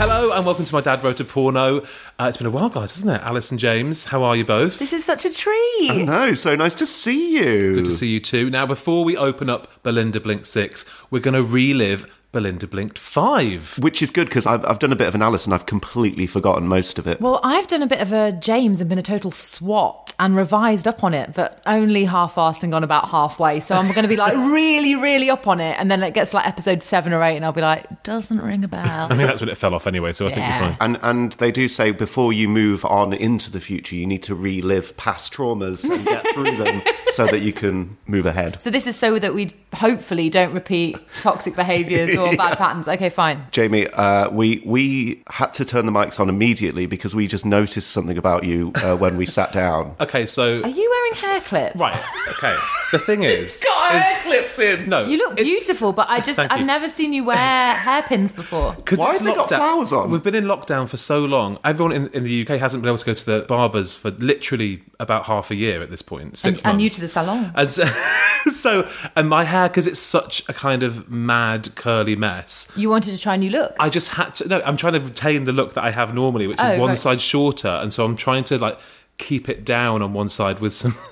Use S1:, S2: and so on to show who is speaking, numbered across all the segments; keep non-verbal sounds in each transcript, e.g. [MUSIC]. S1: Hello and welcome to My Dad Wrote a Porno. Uh, it's been a while, guys, hasn't it? Alice and James, how are you both?
S2: This is such a treat.
S3: No, so nice to see you.
S1: Good to see you too. Now, before we open up Belinda Blink 6, we're going to relive Belinda Blinked 5.
S3: Which is good because I've, I've done a bit of an Alice and I've completely forgotten most of it.
S2: Well, I've done a bit of a James and been a total swat and revised up on it, but only half-assed and gone about halfway. So I'm going to be [LAUGHS] like really, really up on it, and then it gets like episode seven or eight, and I'll be like, doesn't ring a bell.
S1: I mean, that's when it fell off anyway, so I think
S2: Yeah.
S1: you're fine.
S3: and and they do say before you move on into the future, you need to relive past traumas and get through
S2: [LAUGHS]
S3: them so that you can move ahead.
S2: so this is so that we hopefully don't repeat toxic behaviours [LAUGHS] or bad patterns. Okay, fine.
S3: Jamie, uh, we we had to turn the mics on immediately because we just noticed something about you uh, when we
S2: [LAUGHS]
S3: sat down.
S1: Okay, so.
S2: Are you wearing hair clips?
S1: Right, okay. The
S2: [LAUGHS]
S1: thing is.
S3: hair clips in.
S1: No.
S2: You look
S1: it's-
S2: beautiful, but I just
S1: Thank
S2: I've
S1: you.
S2: never seen you wear hairpins before.
S1: 'Cause
S3: Why
S1: it's
S3: have they got
S1: lockdown.
S3: flowers on?
S1: We've been in lockdown for so long. Everyone in, in the UK hasn't been able to go to the barbers for literally about half a year at this point. Six
S2: And, and you
S1: months.
S2: to the salon.
S1: And so, [LAUGHS] so and my hair, because it's such a kind of mad curly mess,
S2: You wanted to try a new look.
S1: I just had to. No, I'm trying to retain the look that I have normally, which is
S2: Oh,
S1: one
S2: right.
S1: side shorter, and so I'm trying to like keep it down on one side with some. [LAUGHS]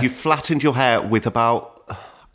S3: You flattened your hair with about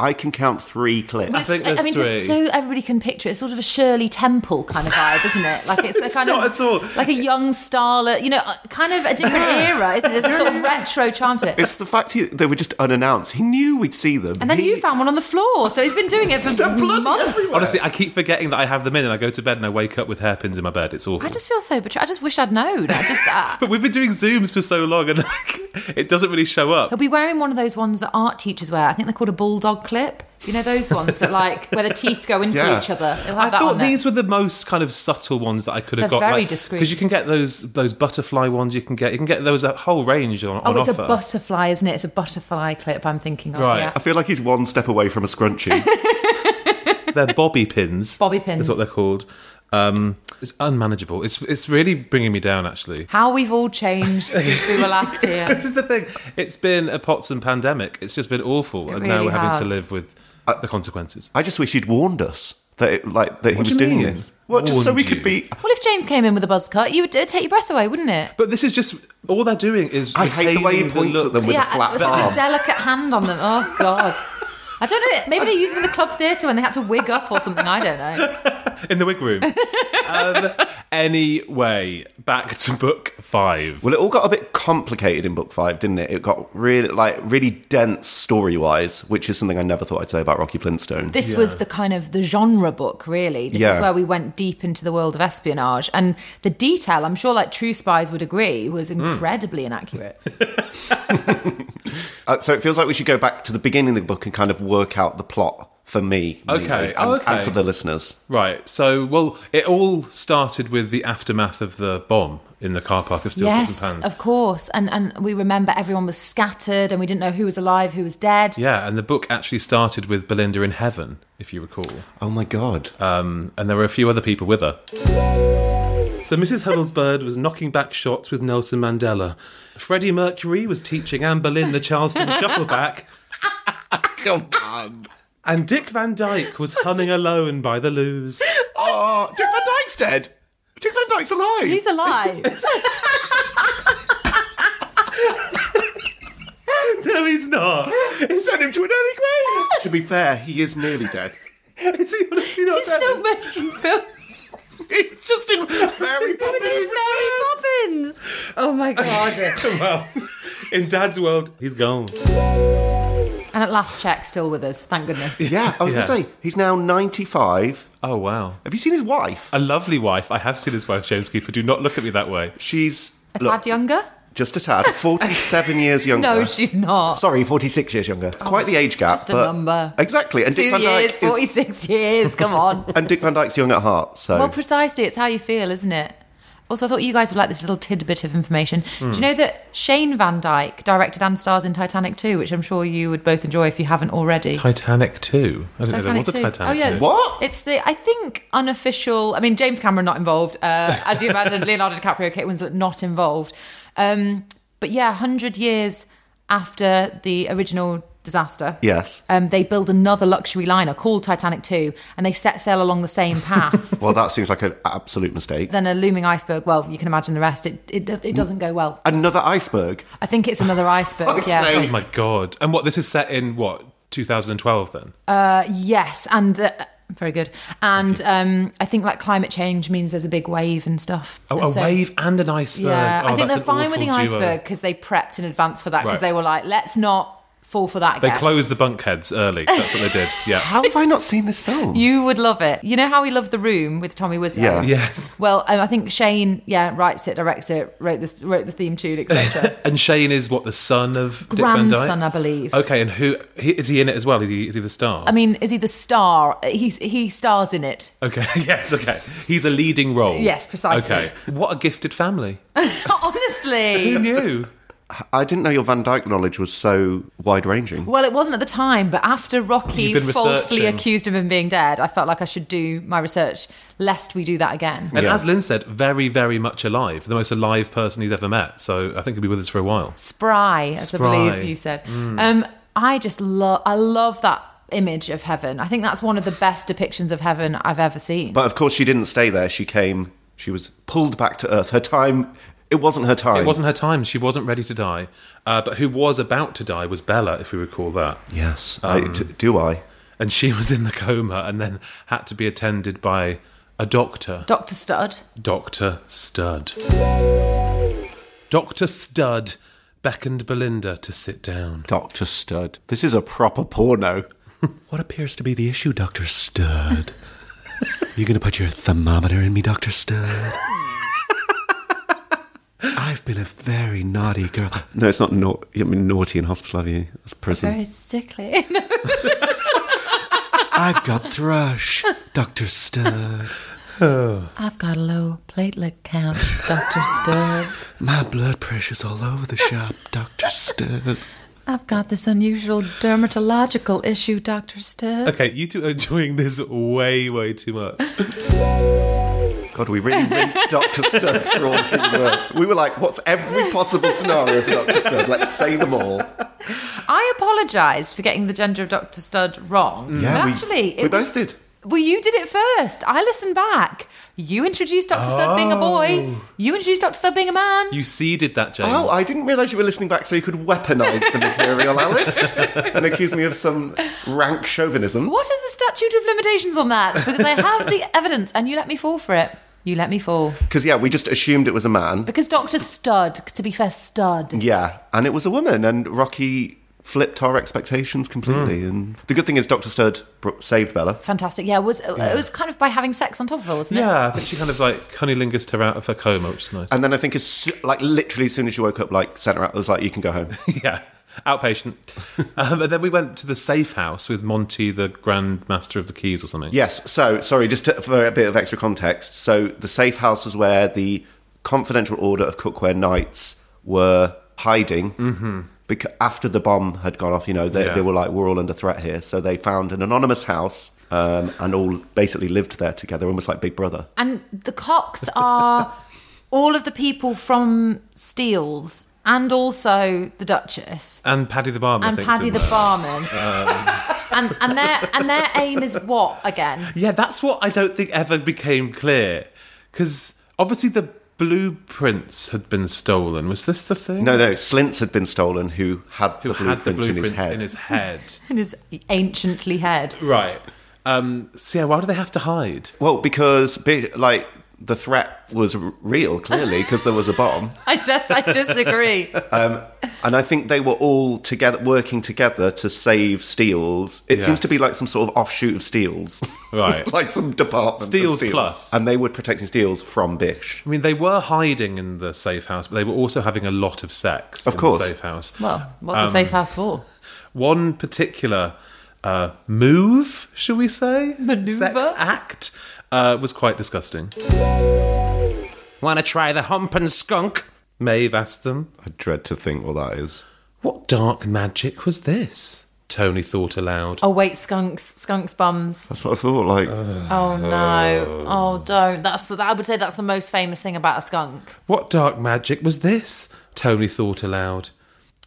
S3: I can count three clips.
S1: I think there's
S2: I mean, so-
S1: three.
S2: So, everybody can picture it. It's sort of a Shirley Temple kind of vibe, isn't it?
S1: [LAUGHS]
S2: Like it's, a kind
S1: not
S2: of
S1: at all.
S2: like a young starlet, you know, uh, kind of a different era. Isn't it? There's a sort of retro charm to it.
S3: It's the fact he, they were just unannounced. He knew we'd see them.
S2: And then
S3: He-
S2: you found one on the floor, so he's been
S1: [LAUGHS]
S2: doing it for
S3: bloody
S2: months.
S3: everywhere.
S1: Honestly, I keep forgetting that I have them in, and I go to bed and I wake up with hairpins in my bed. It's awful.
S2: I just feel so betrayed. I just wish I'd known. I just. Uh,
S1: but we've been doing zooms for so long, and like [LAUGHS] it doesn't really show up.
S2: He'll be wearing one of those ones that art teachers wear. I think they're called a bulldog clip. You know those ones that like where the teeth go into
S3: Yeah.
S2: each other. He'll have
S1: I
S2: that
S1: thought
S2: on there.
S1: these were the most kind of subtle ones that I could have
S2: They're
S1: got.
S2: very discreet.
S1: because you can get those those butterfly ones. You can get you can get there was a whole range on,
S2: Oh,
S1: on
S2: it's
S1: offer.
S2: a butterfly, isn't it? It's a butterfly clip. I'm thinking of.
S1: Right.
S2: Yeah.
S3: I feel like he's one step away from
S1: [LAUGHS]
S3: a scrunchie.
S1: they're bobby pins.
S2: Bobby
S1: is
S2: pins.
S1: what they're called. Um, it's unmanageable. It's it's really bringing me down. Actually,
S2: How we've all
S3: [LAUGHS]
S2: changed since we were last here.
S1: [LAUGHS] this is the thing. It's been a pots and pandemic. It's just been awful, and now
S2: really
S1: we're having to live
S2: has.
S1: with the consequences.
S3: I just wish he'd warned us that it, like that he
S1: What do
S3: was
S1: you
S3: doing
S1: mean?
S3: this. Well, just so
S1: Warned
S3: we
S1: you?
S3: could be.
S2: Well, if James came in with a buzz cut, you would it'd take your breath away, wouldn't it?
S1: But this is just all they're doing is.
S3: I hate the way he
S1: retaining
S3: points
S1: look.
S3: at them with a
S2: yeah,
S3: flat
S2: with such a
S3: arm.
S2: delicate hand on them. Oh God. I don't know. Maybe they used them in the club theatre when they had to wig up or something. I don't know.
S1: in the wig
S2: [LAUGHS]
S1: room. um, anyway, back to book five.
S3: well, it all got a bit complicated in book five, didn't it? It got really like really dense story wise, which is something I never thought I'd say about Rocky Flintstone.
S2: This was the kind of the genre book, really. This is
S3: Yeah.
S2: where we went deep into the world of espionage, and the detail. I'm sure, like true spies would agree, was
S3: Hmm.
S2: incredibly inaccurate.
S3: [LAUGHS] Uh, so it feels like we should go back to the beginning of the book and kind of work out the plot for me, maybe,
S1: Okay.
S3: and,
S1: Oh, okay.
S3: and for the listeners.
S1: Right. So, well, it all started with the aftermath of the bomb in the car park of Steel Pots and
S2: yes,
S1: Pans.
S2: of course. And and we remember everyone was scattered, and we didn't know who was alive, who was dead.
S1: yeah, and the book actually started with Belinda in heaven, if you recall.
S3: Oh my god!
S1: Uh, and there were a few other people with her. So Mrs. Huddlesbird was knocking back shots with Nelson Mandela. Freddie Mercury was teaching Anne Boleyn the Charleston Shuffleback.
S3: Come on!
S1: And Dick Van Dyke was humming alone by the loos.
S3: Oh, Dick Van Dyke's dead. Dick Van Dyke's alive.
S2: He's
S3: [LAUGHS]
S2: alive.
S1: No, he's not.
S3: He sent him to an early
S1: [LAUGHS]
S3: grave. to be fair, he is nearly dead.
S1: Is he honestly not
S2: He's
S1: dead?
S2: still making films.
S3: He's just in Mary
S2: He's
S3: Poppins.
S2: Mary Poppins. Oh my god.
S1: well, in Dad's world, he's gone.
S2: [LAUGHS] and at last check, still with us. Thank goodness.
S3: Yeah, I was
S1: Yeah.
S3: going to say he's now ninety-five.
S1: Oh wow,
S3: Have you seen his wife?
S1: a lovely wife. I have seen his wife, James Cooper. Do not look at me that way.
S3: She's
S2: A
S3: look,
S2: tad younger?
S3: just a tad,
S2: [LAUGHS]
S3: forty-seven years younger.
S2: No, she's not. Oh,
S3: Sorry, 46 years younger. Quite the age gap.
S2: just a
S3: but-
S2: number.
S3: Exactly. And Dick
S2: Two
S3: Van
S2: years,
S3: Dyke is,
S2: 46 years. Come on.
S3: [LAUGHS] and Dick Van Dyke's young at heart. So
S2: Well, precisely, it's how you feel, isn't it? Also, I thought you guys would like this little tidbit of information. Do
S3: Hmm.
S2: you know that Shane Van Dyke directed and stars in Titanic 2, which I'm sure you would both enjoy if you haven't already?
S1: Titanic two. I don't know there
S2: Titanic
S1: was a
S2: 2.
S1: Titanic.
S2: Oh, yeah. It's,
S1: two.
S3: What?
S2: It's the, I think, unofficial. I mean, James Cameron not involved. Uh, as you
S3: [LAUGHS]
S2: imagine, Leonardo DiCaprio, Kate Winslet not involved. Um, but yeah, 100 years after the original disaster.
S3: yes.
S2: Um, they build another luxury liner called Titanic 2 and they set sail along the same path.
S3: [LAUGHS] Well, that seems like an absolute mistake.
S2: then a looming iceberg. Well, you can imagine the rest. It it,
S3: Mm.
S2: it doesn't go well.
S3: Another iceberg.
S2: I think it's another iceberg.
S3: [LAUGHS]
S2: [LAUGHS]
S3: Fuck's
S2: yeah.
S3: sake.
S1: Oh my god! And what this is set in what 2012 then?
S2: Yes, and uh, very good. And um, I think like climate change means there's a big wave and stuff.
S1: Oh,
S2: And
S1: a
S2: so-
S1: wave and an iceberg.
S2: Yeah,
S1: Oh,
S2: I think
S1: that's
S2: they're
S1: an
S2: fine with the
S1: awful duo.
S2: iceberg because they prepped in advance for that because
S1: Right.
S2: they were like, let's not fall for that
S1: They
S2: again.
S1: closed the bunkheads early. That's what they
S2: [LAUGHS]
S1: did. Yeah.
S3: How have I not seen this film?
S2: you would love it. You know how we love the room with Tommy Wiseau.
S3: Yeah.
S1: yes.
S2: Well, um, I think Shane, yeah, writes it, directs it, wrote this, wrote the theme tune, etc.
S1: And Shane is what the son of [LAUGHS] Dick Van Dyke. Oh.
S2: Grandson, I believe.
S1: Okay, and who he, is he in it as well? Is he is he the star?
S2: I mean, is he the star? He's he stars in it. [LAUGHS]
S1: okay, [LAUGHS] yes, okay. He's a leading role.
S2: Yes, precisely.
S1: Okay, what a gifted family.
S2: Honestly.
S1: Who
S2: [LAUGHS]
S1: knew?
S3: I didn't know your Van Dyke knowledge was so wide ranging.
S2: Well, it wasn't at the time, but after Rocky
S1: You've been
S2: falsely
S1: researching.
S2: accused him of being dead, I felt like I should do my research lest we do that again.
S1: And
S3: Yeah.
S1: as Lynn said, very, very much alive. The most alive person he's ever met. So I think he'll be with us for a while.
S2: Spry, as I
S1: Spry.
S2: believe you said.
S3: Mm.
S2: Um, I just love, I love that image of heaven. I think that's one of the best depictions of heaven I've ever seen.
S3: But of course, she didn't stay there. She came, she was pulled back to Earth. Her time, it wasn't her time.
S1: It wasn't her time. She wasn't ready to die. Uh, but who was about to die was Bella, if we recall that.
S3: Yes. I- d- do I?
S1: And she [LAUGHS] was in the coma and then had to be attended by a doctor.
S2: Dr. Stud.
S1: Dr. Stud. Dr. Stud beckoned Belinda to sit down.
S3: Dr. Stud. This is a proper porno. [LAUGHS] what appears to be the issue, Dr. Stud? you going to put your thermometer in me, Dr. [LAUGHS] Stud? I've been a very naughty girl. No, it's not naughty. I mean, naughty in hospital, have you? That's prison.
S2: Very sickly. [LAUGHS]
S3: I've got thrush, Dr. Stud.
S2: [LAUGHS] I've got a low platelet count, Dr. Stud.
S3: My blood pressure's all over the shop, Dr. Stud.
S2: I've got this unusual dermatological issue, Dr. Stud.
S1: Okay, you two are [LAUGHS] enjoying this way, way too much.
S3: God, we really
S2: [LAUGHS]
S3: rinsed Dr. Stud for all through the world. We were like, what's every possible scenario for Dr. Stud? Let's say them all.
S2: I apologised for getting the gender of Dr. Stud wrong. but
S3: Mm. we-
S2: actually,
S3: we
S2: it was,
S3: both did.
S2: Well, you did it first. I listened back. You introduced Dr. Stud being a boy. You introduced Dr. Stud being a man.
S1: You seeded that, James.
S3: Oh, I didn't realise you were listening back so you could weaponise the material, Alice, and accuse me of some rank chauvinism.
S2: what is the statute of limitations on that? Because I have the
S3: [LAUGHS]
S2: evidence, and you let me fall for it. You let me fall
S3: Because, yeah, we just assumed it was a man.
S2: because Dr. Stud, to be fair, Stud.
S3: Yeah, and it was a woman, and Rocky flipped our expectations completely. And the good thing is, Dr. Stud br- saved Bella.
S2: Fantastic. Yeah, it was it was kind of by having sex on top of her, wasn't it?
S1: Yeah, I think she kind of like cunnilingus her out of her coma, which is nice.
S3: And then I think, as, soo- like, literally as soon as she woke up, like, sent her out, it was like, you can go home.
S1: [LAUGHS] yeah,
S3: [LAUGHS]
S1: outpatient. um, and then we went to the safe house with Monty, the Grand Master of the Keys, or something.
S3: Yes. So, sorry, just to, for a bit of extra context. So, the safe house was where the Confidential Order of Cookware Knights were hiding. Mm-hmm. Because after the bomb had gone off, you know, they,
S1: Yeah.
S3: they were like, we're all under threat here. So, they found an anonymous house um, and all basically lived there together, almost like Big Brother.
S2: And the cocks
S3: [LAUGHS]
S2: are all of the people from Steels and also the Duchess
S1: And Paddy the Barman. I
S2: and
S1: think,
S2: Paddy
S1: is in
S2: the
S1: there.
S3: uh,
S2: barman.
S3: [LAUGHS]
S2: And and their and their aim is what again?
S1: Yeah, that's what I don't think ever became clear. Because Obviously, the blueprints had been stolen. Was this the thing?
S3: No, no, Slintz had been stolen, who had,
S1: Who
S3: the,
S1: had
S3: blueprints
S1: the blueprints
S3: in his head.
S1: in his
S3: [LAUGHS]
S1: head?
S2: in his anciently head.
S1: Right. Um, so yeah, why do they have to hide?
S3: Well, because be- like the threat was r- real, clearly, because there was a bomb,
S2: I guess I disagree.
S3: and I think they were all together working together to save Steels. It seems to
S1: Yes.
S3: be like some sort of offshoot of Steels,
S1: [LAUGHS] Right.
S3: [LAUGHS] like some department. of
S1: Steels
S3: Steels.
S1: Plus.
S3: and they were protecting Steels from Bish.
S1: I mean, they were hiding in the safe house, but they were also having a lot of sex
S3: Of
S1: in
S3: course.
S1: the safe house.
S2: well, what's a
S3: Um.
S2: safe house for?
S1: One particular uh, move, shall we say,
S2: Maneuver?
S1: sex act, uh, was quite disgusting. Want to try the humpin' skunk? Maeve asked them.
S3: I dread to think what that is.
S1: What dark magic was this? Tony thought aloud.
S2: Oh wait, skunks, skunks
S3: [SIGHS]
S2: bums.
S3: That's what I thought. Like,
S2: Oh no, oh don't. That's the, I would say that's the most famous thing about a skunk.
S1: What dark magic was this? Tony thought aloud.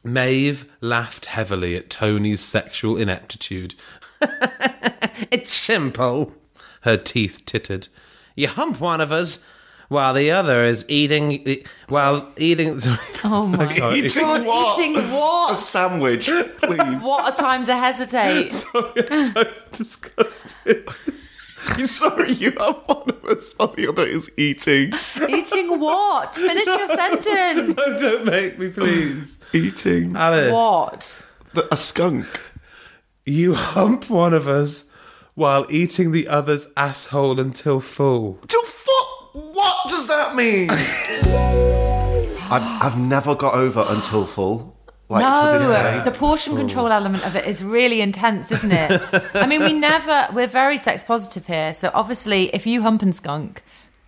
S1: Maeve laughed heavily at Tony's sexual ineptitude. [LAUGHS] it's simple, her teeth tittered. You hump one of us while the other is eating. While eating. [LAUGHS]
S2: Oh my god,
S3: Uh, Eating what?
S2: eating
S3: a
S2: what?
S3: sandwich, please.
S2: What a time to hesitate.
S1: so [LAUGHS] disgusted.
S3: [LAUGHS] Sorry, you have one of us while the other is eating.
S2: eating what? Finish your sentence.
S1: Oh, Don't make me, please. [LAUGHS]
S3: Eating.
S1: Alice.
S2: What?
S3: a skunk.
S1: You hump one of us while eating the other's asshole until full.
S3: To fuck? What does that mean? [LAUGHS] I've, I've never got over until full. Like to this
S2: No, uh,
S3: day.
S2: the portion control element of it is really intense, isn't it? I mean, we never, we're very sex positive here. So obviously, if you hump and skunk,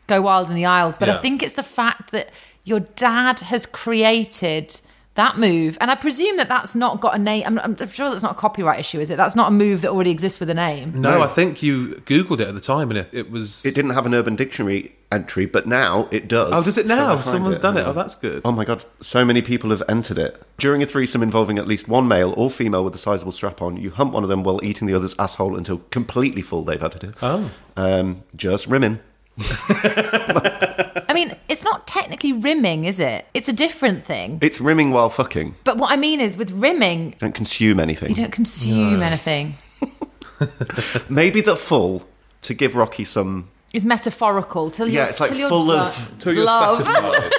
S2: go wild in the aisles. But
S1: Yeah.
S2: I think it's the fact that your dad has created that move. And I presume that that's not got a name. I'm, I'm I'm sure that's not a copyright issue, is it? That's not a move that already exists with a name.
S1: No, I think you Googled it at the time and it, it was.
S3: It didn't have an Urban Dictionary entry, but now it does.
S1: Oh, does it
S3: Shall
S1: now?
S3: I find
S1: Someone's done it.
S3: Hang
S1: Oh,
S3: on.
S1: that's good.
S3: Oh my god, so many people have entered it. During a threesome involving at least one male or female with a sizable strap on, you hump one of them while eating the other's asshole until completely full, they've added it.
S1: Oh.
S3: Um, just rimming.
S2: I mean, it's not technically rimming, is it? It's a different thing.
S3: It's rimming while fucking.
S2: But what I mean is, with rimming,
S3: Don't consume anything.
S2: you don't consume anything.
S3: Maybe the full, to give Rocky some.
S2: It's metaphorical till you're
S3: Yeah, it's like
S2: till you're
S3: full of-
S2: done.
S1: Till you're
S2: love, [LAUGHS]
S1: satisfied.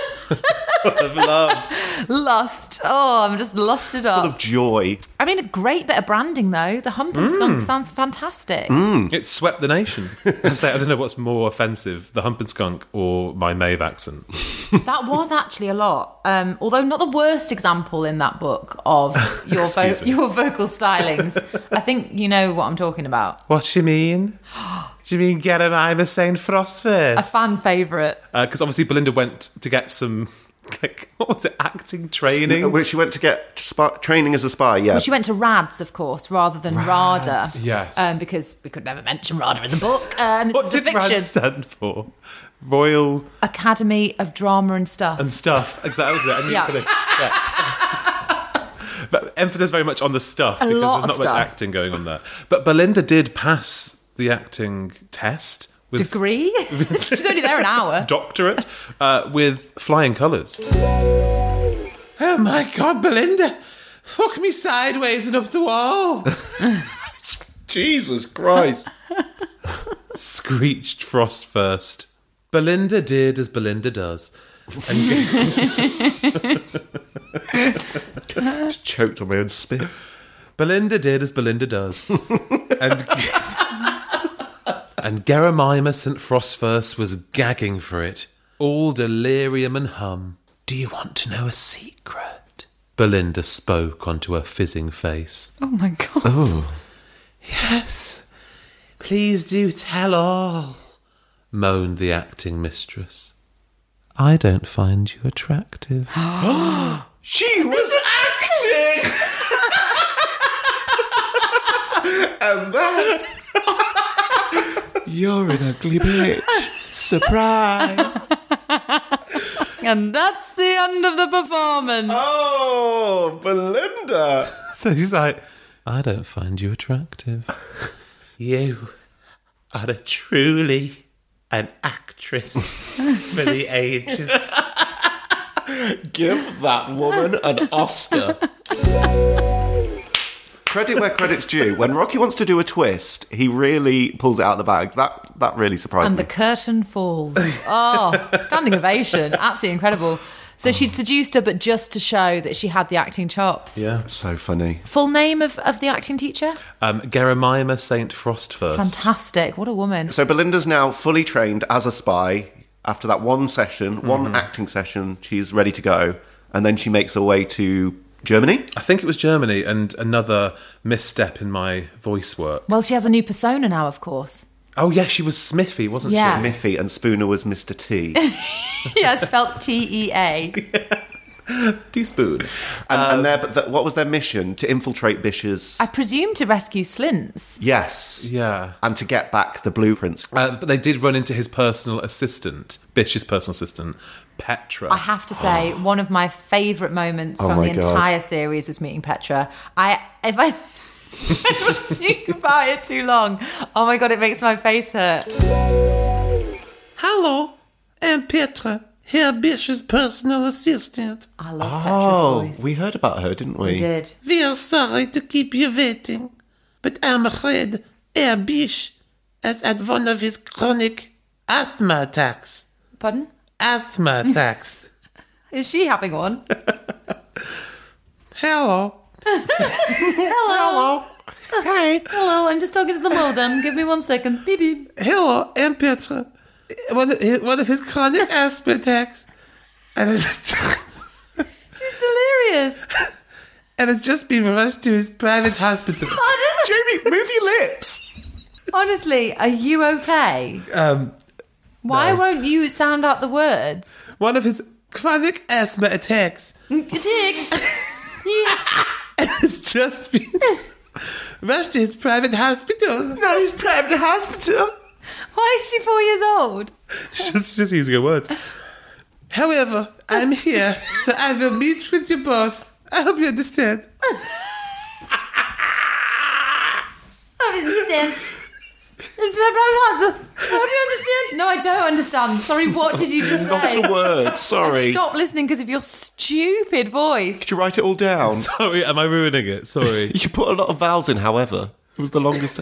S1: of love.
S2: lust. Oh, I'm just lusted
S3: Full
S2: up.
S3: of joy.
S2: I mean, a great bit of branding though. The hump and skunk sounds fantastic.
S1: It swept the nation. I say, I don't know what's more offensive, the hump and skunk or my Maeve accent.
S2: That was actually a lot. Um, although not the worst example in that book [LAUGHS] of your vo-
S1: Excuse me.
S2: your vocal stylings. I think you know what I'm talking about.
S1: What you mean? [GASPS] Do you mean get him I'm a Saint Frost
S2: A fan favorite.
S1: Because Uh, obviously Belinda went to get some, [LAUGHS] like, what was it, acting training?
S3: When she went to get spa- training as a spy, yeah.
S2: Well, she went to Rads, of course, rather than RADA.
S1: Yes.
S2: Um, because we could never mention RADA in the book. Uh, and
S1: what
S2: it's a
S1: did Rand
S2: fiction.
S1: stand for? Royal
S2: Academy of Drama and Stuff.
S1: and stuff. Exactly, that was it. I knew
S2: Yeah.
S1: something.
S2: [LAUGHS]
S1: Yeah. but emphasis very much on the stuff because
S2: lot
S1: there's not
S2: of
S1: much
S2: stuff.
S1: acting going on there. But Belinda did pass the acting test with
S2: [LAUGHS] Degree? She's only there an hour.
S1: doctorate uh, with flying colours. Oh my god, Belinda! Fuck me sideways and up the wall!
S3: Jesus Christ.
S1: [LAUGHS]
S3: [LAUGHS]
S1: Screeched Frost first. Belinda did as Belinda does. And
S3: Just choked on my own spit.
S1: Belinda did as Belinda does. and and Geramima St. Frostfirst was gagging for it, all delirium and hum. Do you want to know a secret? Belinda spoke onto her fizzing face.
S2: [LAUGHS] Oh my god.
S1: Yes, please do tell all, moaned the acting mistress. I don't find you attractive.
S3: [GASPS] She was acting! [LAUGHS] and that. [LAUGHS] You're an ugly bitch. Surprise.
S2: And that's the end of the performance.
S3: Oh, Belinda.
S1: [LAUGHS] So she's like, I don't find you attractive. you are a truly an [LAUGHS] actress for the ages.
S3: Give that woman an Oscar. Credit where
S2: [LAUGHS]
S3: credit's due. When Rocky wants to do a twist, he really pulls it out of the bag. That that really surprised
S2: And
S3: me.
S2: the curtain falls. Oh, standing ovation. Absolutely incredible.
S3: Oh.
S2: So she'd seduced her, but just to show that she had the acting chops.
S1: Yeah.
S3: so funny.
S2: Full name of, of the acting teacher?
S1: Um, Geramima St. Frost first.
S2: Fantastic. What a woman.
S3: So Belinda's now fully trained as a spy. After that one session,
S2: Mm-hmm.
S3: one acting session, she's ready to go, and then she makes her way to Germany.
S1: I think it was Germany and another misstep in my voice work.
S2: Well, she has a new persona now, of [LAUGHS] course.
S1: Oh, yeah, she was Smithy, wasn't
S2: Yeah.
S3: Miffy and Spooner was Mr. T,
S2: [LAUGHS]
S3: and,
S2: yeah, spelt T E A.
S1: she? Teaspoon.
S3: and their, but the, what was their mission? To infiltrate Bish's.
S2: Um, I presume to rescue Slints.
S3: yes,
S1: Yeah.
S3: and to get back the blueprints.
S1: Uh, but they did run into his personal assistant, Bish's personal assistant, Petra.
S2: I have to
S3: [SIGHS]
S2: say, one of my favourite moments from
S3: Oh my
S2: the
S3: God.
S2: entire series was meeting Petra. I if I [LAUGHS] think about it too long, oh my god, it makes my face hurt.
S1: Hello, I'm Petra, Herr Bish's personal assistant.
S2: I love
S3: Oh,
S2: Petra's voice.
S3: we heard about her, didn't we?
S2: We did.
S1: We are sorry to keep you waiting, but I'm afraid Herr Bish has had one of his chronic asthma attacks.
S2: Pardon?
S1: Asthma attacks.
S2: Is she having one?
S1: Hello.
S2: Hello. Hi. Hello, I'm just talking to the modem. Give me one second. Beep beep.
S1: Hello, I'm Petra. One of his, one of his chronic asthma attacks. And it's, [LAUGHS]
S2: She's delirious.
S1: and it's just been rushed to his private hospital.
S2: Pardon?
S3: Jamie, move your lips.
S2: Honestly, are you okay?
S1: Um,
S2: Why won't you sound out the words?
S1: one of his chronic asthma attacks.
S2: Yes.
S1: It's [LAUGHS] just been rushed to his private hospital.
S3: No, he's private hospital.
S2: Why is she four years old?
S1: She's [LAUGHS] just using her words. However, I'm here, so I will meet with you both. I hope you understand.
S2: I don't understand. It's my brother's husband. How do you understand? No, I don't understand. Sorry, what did you
S1: [LAUGHS]
S2: just say?
S3: Not
S2: [LAUGHS]
S3: a word. Sorry.
S2: Stop listening because of your stupid voice.
S3: Did you write it all
S1: [LAUGHS]
S3: down?
S1: Sorry, am I ruining it? Sorry.
S3: [LAUGHS] You put a lot of vowels in, however. It was the [LAUGHS] longest.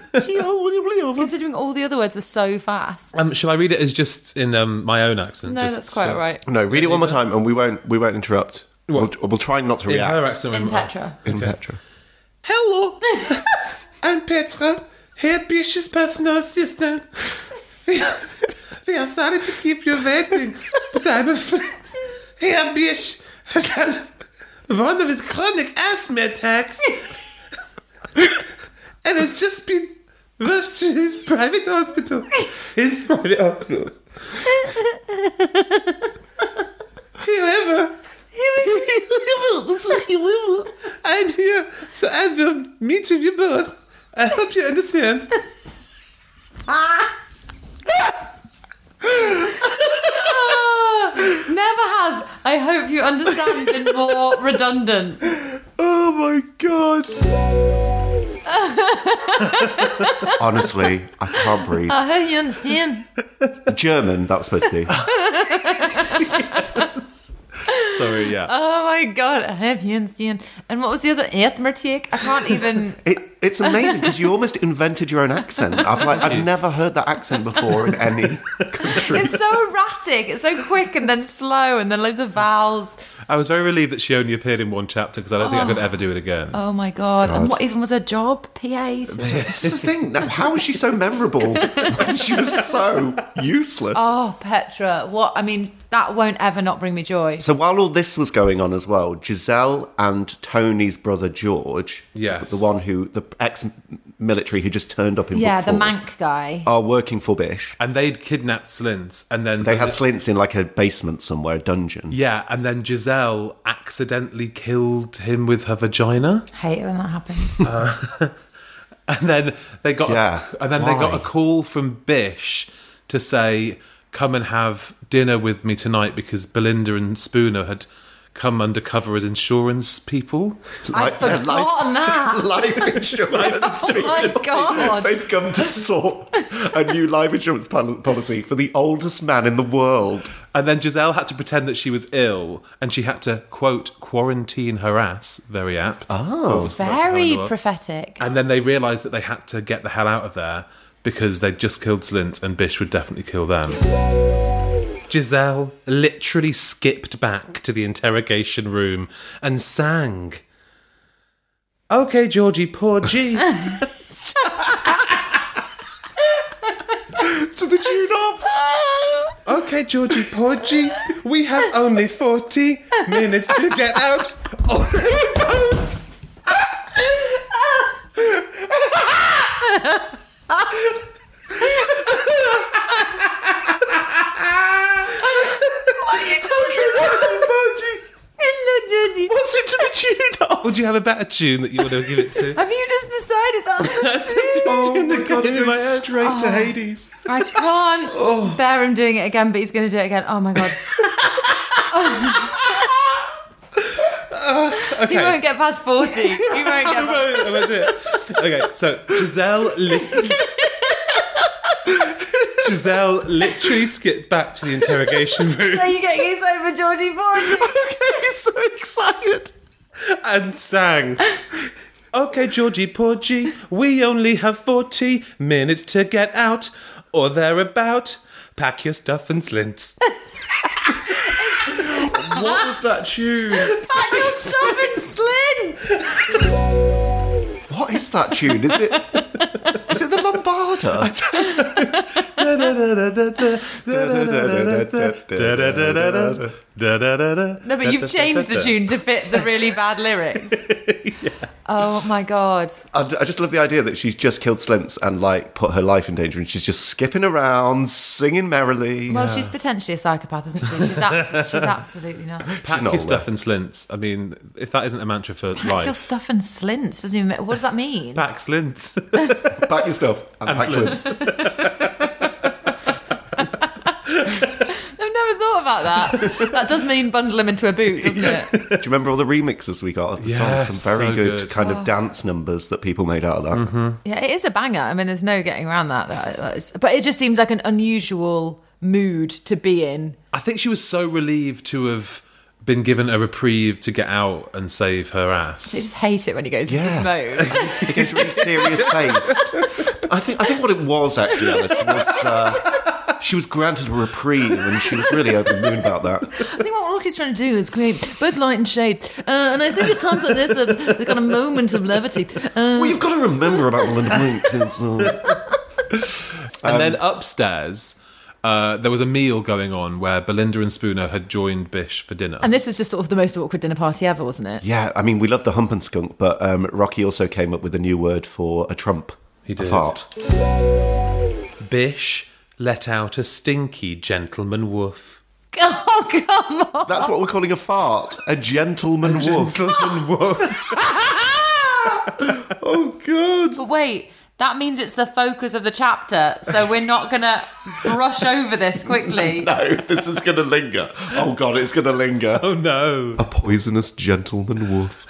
S2: Considering all the other words were so fast.
S1: Um, shall I read it as just in um, my own accent?
S2: No,
S1: Just
S2: that's quite
S1: so-
S2: right.
S3: no, read it one more time, and we won't. We won't interrupt. We'll, we'll try not to
S1: In her
S3: react.
S1: accent.
S2: In
S1: I'm-
S2: Petra.
S3: In Petra.
S1: Hello, I'm Petra, Herr Bish's personal assistant. We are, we are sorry to keep you waiting, but I'm afraid Herr Bish has had one of his chronic asthma attacks and has just been rushed to his private hospital. His private hospital. However, I'm here, so I will meet with you both. I hope you understand.
S2: Never has. I hope you understand. Been [LAUGHS] more redundant.
S3: Oh my god. [LAUGHS] Honestly, I can't breathe.
S2: I hope you understand.
S3: German, that's supposed to be.
S1: Sorry, yeah.
S2: Oh my god, I hope you understand. And what was the other Ethmertiek? I can't [LAUGHS] even.
S3: It, it's amazing because you almost invented your own accent. I've like I've never heard that accent before in [LAUGHS] any country.
S2: It's so erratic. It's so quick and then slow and then loads of vowels.
S1: I was very relieved that she only appeared in one chapter because I don't think I could ever do it again.
S2: Oh my god. And what even was her job? PA?
S3: That's the thing. Now, How was she so memorable when she was so useless?
S2: Oh, Petra. What? I mean, that won't ever not bring me joy.
S3: So while all this was going on as well, Giselle and Tony's brother George,
S1: Yes.
S3: the one who the ex-military who just turned up in
S2: Yeah,
S3: book
S2: the
S3: four,
S2: Mank guy.
S3: are working for Bish.
S1: And they'd kidnapped Slint, and then
S3: They had Slints in like a basement somewhere, a dungeon.
S1: yeah, and then Giselle accidentally killed him with her vagina,
S2: hate it when that [LAUGHS] happens.
S1: and then they got
S3: Yeah,
S1: and then they got
S3: why?
S1: a call from Bish to say, "Come and have dinner with me tonight," because Belinda and Spooner had come undercover as insurance people.
S2: I'd forgotten [LAUGHS] that.
S3: [LAUGHS] Life insurance.
S2: Oh my God.
S3: They've come to sort a new life insurance pol- policy for the oldest man in the world.
S1: And then Giselle had to pretend that she was ill and she had to, quote, quarantine her ass. Very apt. Oh,
S2: Very prophetic.
S1: And then they realised that they had to get the hell out of there because they'd just killed Slint and Bish would definitely kill them. Giselle literally skipped back to the interrogation room and sang. Okay, Georgie, poor G.
S3: To the tune of.
S1: Okay, Georgie Porgy, we have only 40 minutes to get out. Oh, no, boats.
S3: What's it to the tune of?
S1: Would you have a better tune that you want to give it to?
S2: Have you just decided [LAUGHS] that's the truth?
S3: Oh my god, it
S1: in my
S3: goes
S1: head.
S3: straight to Hades.
S2: I can't bear him doing it again, but he's going to do it again. Oh my God. [LAUGHS] He won't get past 40. He won't get
S1: I [LAUGHS]
S2: past
S1: won't, I won't do it. Okay, so Giselle,
S2: [LAUGHS]
S1: li- Giselle literally skipped back to the interrogation
S2: [LAUGHS]
S1: room
S2: Are you getting his over Geordie Boyd?
S1: so excited and sang. Okay, Georgie Porgy, we only have 40 minutes to get out or thereabout. Pack your stuff and slints.
S3: What was
S1: [LAUGHS]
S3: that tune?
S2: Pat your sub [LAUGHS] and slint!
S3: What is that tune? Is it? Is it the [LAUGHS] Lombarda?
S2: No, but you've changed the tune to fit the really bad lyrics. Oh my God.
S3: I I just love the idea that she's just killed Slintz and like put her life in danger, and she's just skipping around, singing merrily.
S2: Well, she's potentially a psychopath, isn't she? She's, abs- she's absolutely nuts.
S1: Pack
S3: not
S1: your
S3: all
S1: stuff and slints. I mean, if that isn't a mantra for
S2: Pack your
S1: life,
S2: stuff and slints doesn't even. What does that mean?
S1: pack slints. [LAUGHS]
S3: Pack your stuff and, pack Slintz.
S2: I've never thought about [LAUGHS] that. That does mean bundle him into a boot, doesn't it?
S3: Do you remember all the remixes we got of the
S1: Yeah,
S3: song? Some very
S1: so
S3: good, Mm-hmm.
S1: good.
S3: kind of dance numbers that people made out of that.
S2: Yeah, it is a banger. I mean, there's no getting around that. that that is- but it just seems like an unusual mood to be in.
S1: I think she was so relieved to have been given a reprieve to get out and save her
S2: I
S1: ass.
S2: just hate it when he goes
S3: Yeah.
S2: into this mode.
S3: It gets really serious faced. [LAUGHS] I think I think what it was actually, Alice, was uh, she was granted a reprieve and she was really over the moon about that.
S2: I think what Rocky's trying to do is create both light and shade. Uh, and I think at times like this, they've, they've got a moment of levity. Uh,
S3: Well, you've got to remember about Melinda Blink. is, uh,
S1: And then upstairs, uh, there was a meal going on where Belinda and Spooner had joined Bish for dinner.
S2: and this was just sort of the most awkward dinner party ever, wasn't it?
S3: yeah, I mean, we love the hump and skunk, but um, Rocky also came up with a new word for a trump. He
S1: did.
S3: A fart.
S1: Bish let out a stinky gentleman woof.
S2: Oh, come on.
S3: That's what we're calling a fart. A gentleman wolf. [LAUGHS]
S1: Gentleman woof.
S3: Oh, God.
S2: But wait, that means it's the focus of the chapter. So we're not going to brush over this quickly.
S3: No, this is going to linger. Oh, God, it's going to linger.
S1: Oh no.
S3: A poisonous gentleman wolf.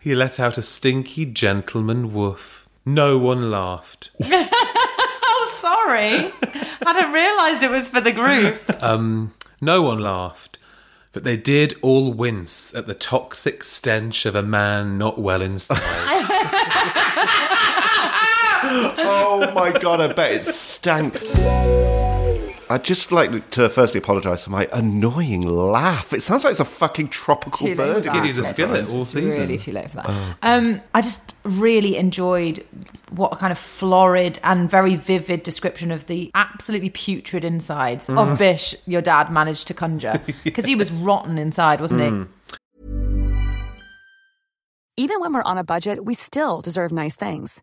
S1: He let out a stinky gentleman woof. No one laughed.
S2: Oh, [LAUGHS] sorry. [LAUGHS] I didn't realise it was for the group.
S1: No one laughed. But they did all wince at the toxic stench of a man not well inside.
S3: Oh my god, I bet it stank. I'd just like to firstly apologise for my annoying laugh. It sounds like it's a fucking tropical
S2: Too late
S3: bird.
S2: for
S3: again.
S2: that.
S1: Giddy's a skillet all
S2: It's
S1: season.
S2: really too late for that. um, I just really enjoyed what a kind of florid and very vivid description of the absolutely putrid insides of Bish your dad managed to conjure. Because he was rotten inside, wasn't [LAUGHS] he?
S4: Even when we're on a budget, we still deserve nice things.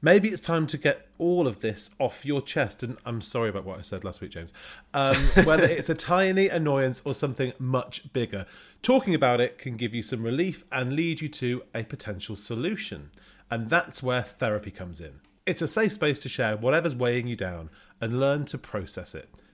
S1: Maybe it's time to get all of this off your chest. And I'm sorry about what I said last week, James. Um, whether it's a tiny annoyance or something much bigger, talking about it can give you some relief and lead you to a potential solution. And that's where therapy comes in. It's a safe space to share whatever's weighing you down and learn to process it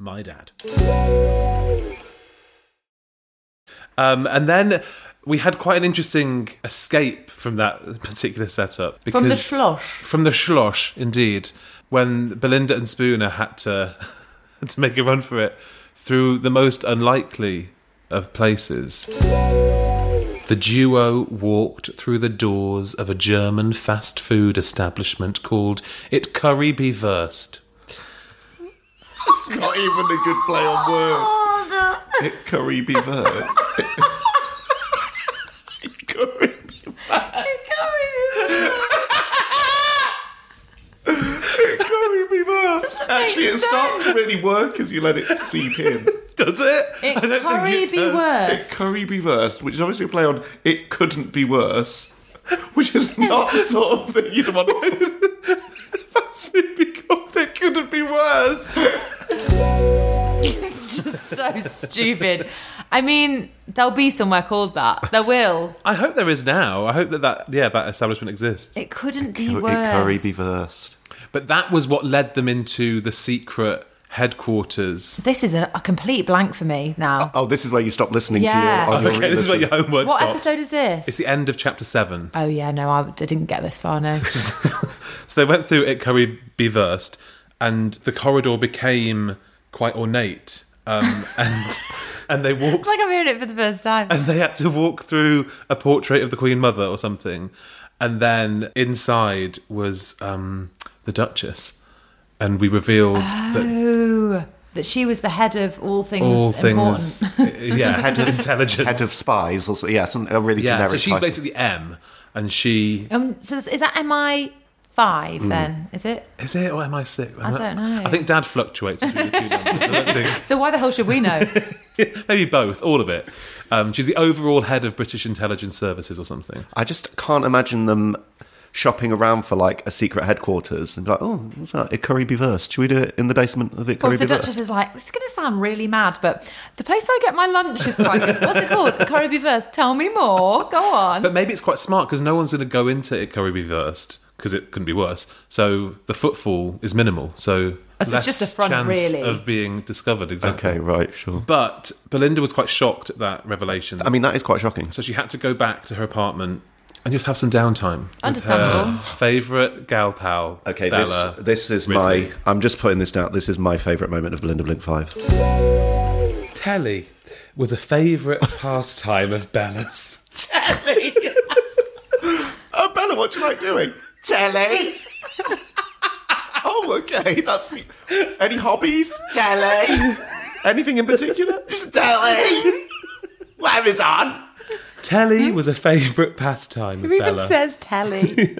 S1: mydad. Um, and then we had quite an interesting escape from that particular setup.
S2: From the
S1: because-
S2: schloss.
S1: From the schloss, indeed. When Belinda and Spooner had to, [LAUGHS] had to make a run for it through the most unlikely of places. The duo walked through the doors of a German fast food establishment called It Curry Be Versed.
S3: Not even a good play on words. It curry be verse. It curry be It curry be verse. Actually, it
S2: make
S3: starts to really work as you let it seep in.
S1: Does it? I don't
S2: It
S1: think
S2: curry
S1: it
S2: be
S1: does.
S3: It [LAUGHS]
S2: worse.
S3: curry be verse, which is obviously a play on it couldn't be worse, [LAUGHS] which is not the sort of thing you'd want [LAUGHS] to Fast food be called it couldn't be worse.
S2: It's just so stupid. I mean, there'll be somewhere called that. There will.
S1: I hope there is now. I hope that that yeah that establishment exists.
S2: It couldn't be worse.
S3: It curry be versed.
S1: But that was what led them into the secret headquarters.
S2: This is a, a complete blank for me now.
S3: Oh, this is where you stop listening
S2: Yeah.
S3: to your. on your
S1: Okay, this is where your
S3: re-listen.
S1: homework
S2: What
S1: stops.
S2: episode is this?
S1: It's the end of chapter seven.
S2: Oh yeah, no, I, I didn't get this far. No,
S1: So they went through it curry be versed, and the corridor became quite ornate. Um, [LAUGHS] and and they walked
S2: it's like I'm hearing it for the first time.
S1: [LAUGHS] and they had to walk through a portrait of the Queen Mother or something, and then inside was um, the Duchess, and we revealed that
S2: Oh, that she was the head of all things
S1: all
S2: Oh, important.
S1: things, [LAUGHS] yeah,
S3: Head of-
S1: intelligence,
S3: Head of spies, also, yeah, some a really
S1: yeah.
S3: generic.
S1: So she's
S3: title.
S1: basically M, and she
S2: Um, so this, is that MI five then? Is it?
S1: is it or MI six? I
S2: don't know.
S1: I think Dad fluctuates between the two numbers. I don't think.
S2: So why the hell should we know?
S1: Maybe both, all of it. Um, she's the overall head of British intelligence services or something.
S3: I just can't imagine them shopping around for like a secret headquarters and be like, oh, what's that? It curry be versed. Should we do it in the basement of it
S2: Well,
S3: curry
S2: if the
S3: be
S2: Duchess
S3: versed?
S2: is like, this is going to sound really mad, but the place I get my lunch is quite good. What's it called? Corrie First. Tell me more. Go on.
S1: But maybe it's quite smart because no one's going to go into it Curry reversed because it couldn't be worse. So the footfall is minimal. So
S2: Oh, so it's
S1: less
S2: just a front,
S1: chance
S2: really.
S1: of being discovered. Exactly.
S3: Okay, right, sure.
S1: But Belinda was quite shocked at that revelation.
S3: I mean, that is quite shocking.
S1: so she had to go back to her apartment and just have some downtime.
S2: Understandable.
S1: Favorite gal pal.
S3: Okay,
S1: Bella
S3: this, this is
S1: Ridley.
S3: my. I'm just putting this down. This is my favourite moment of Belinda Blink 5.
S1: telly was a favorite pastime of Bella's.
S3: Oh, Bella, what do you like doing? [LAUGHS] Telly. oh, okay. That's. the- Any hobbies? Telly. Anything in particular? [LAUGHS] Just telly. Whatever's on.
S1: Telly was a favorite pastime of
S2: Who even
S1: Bella.
S2: says telly?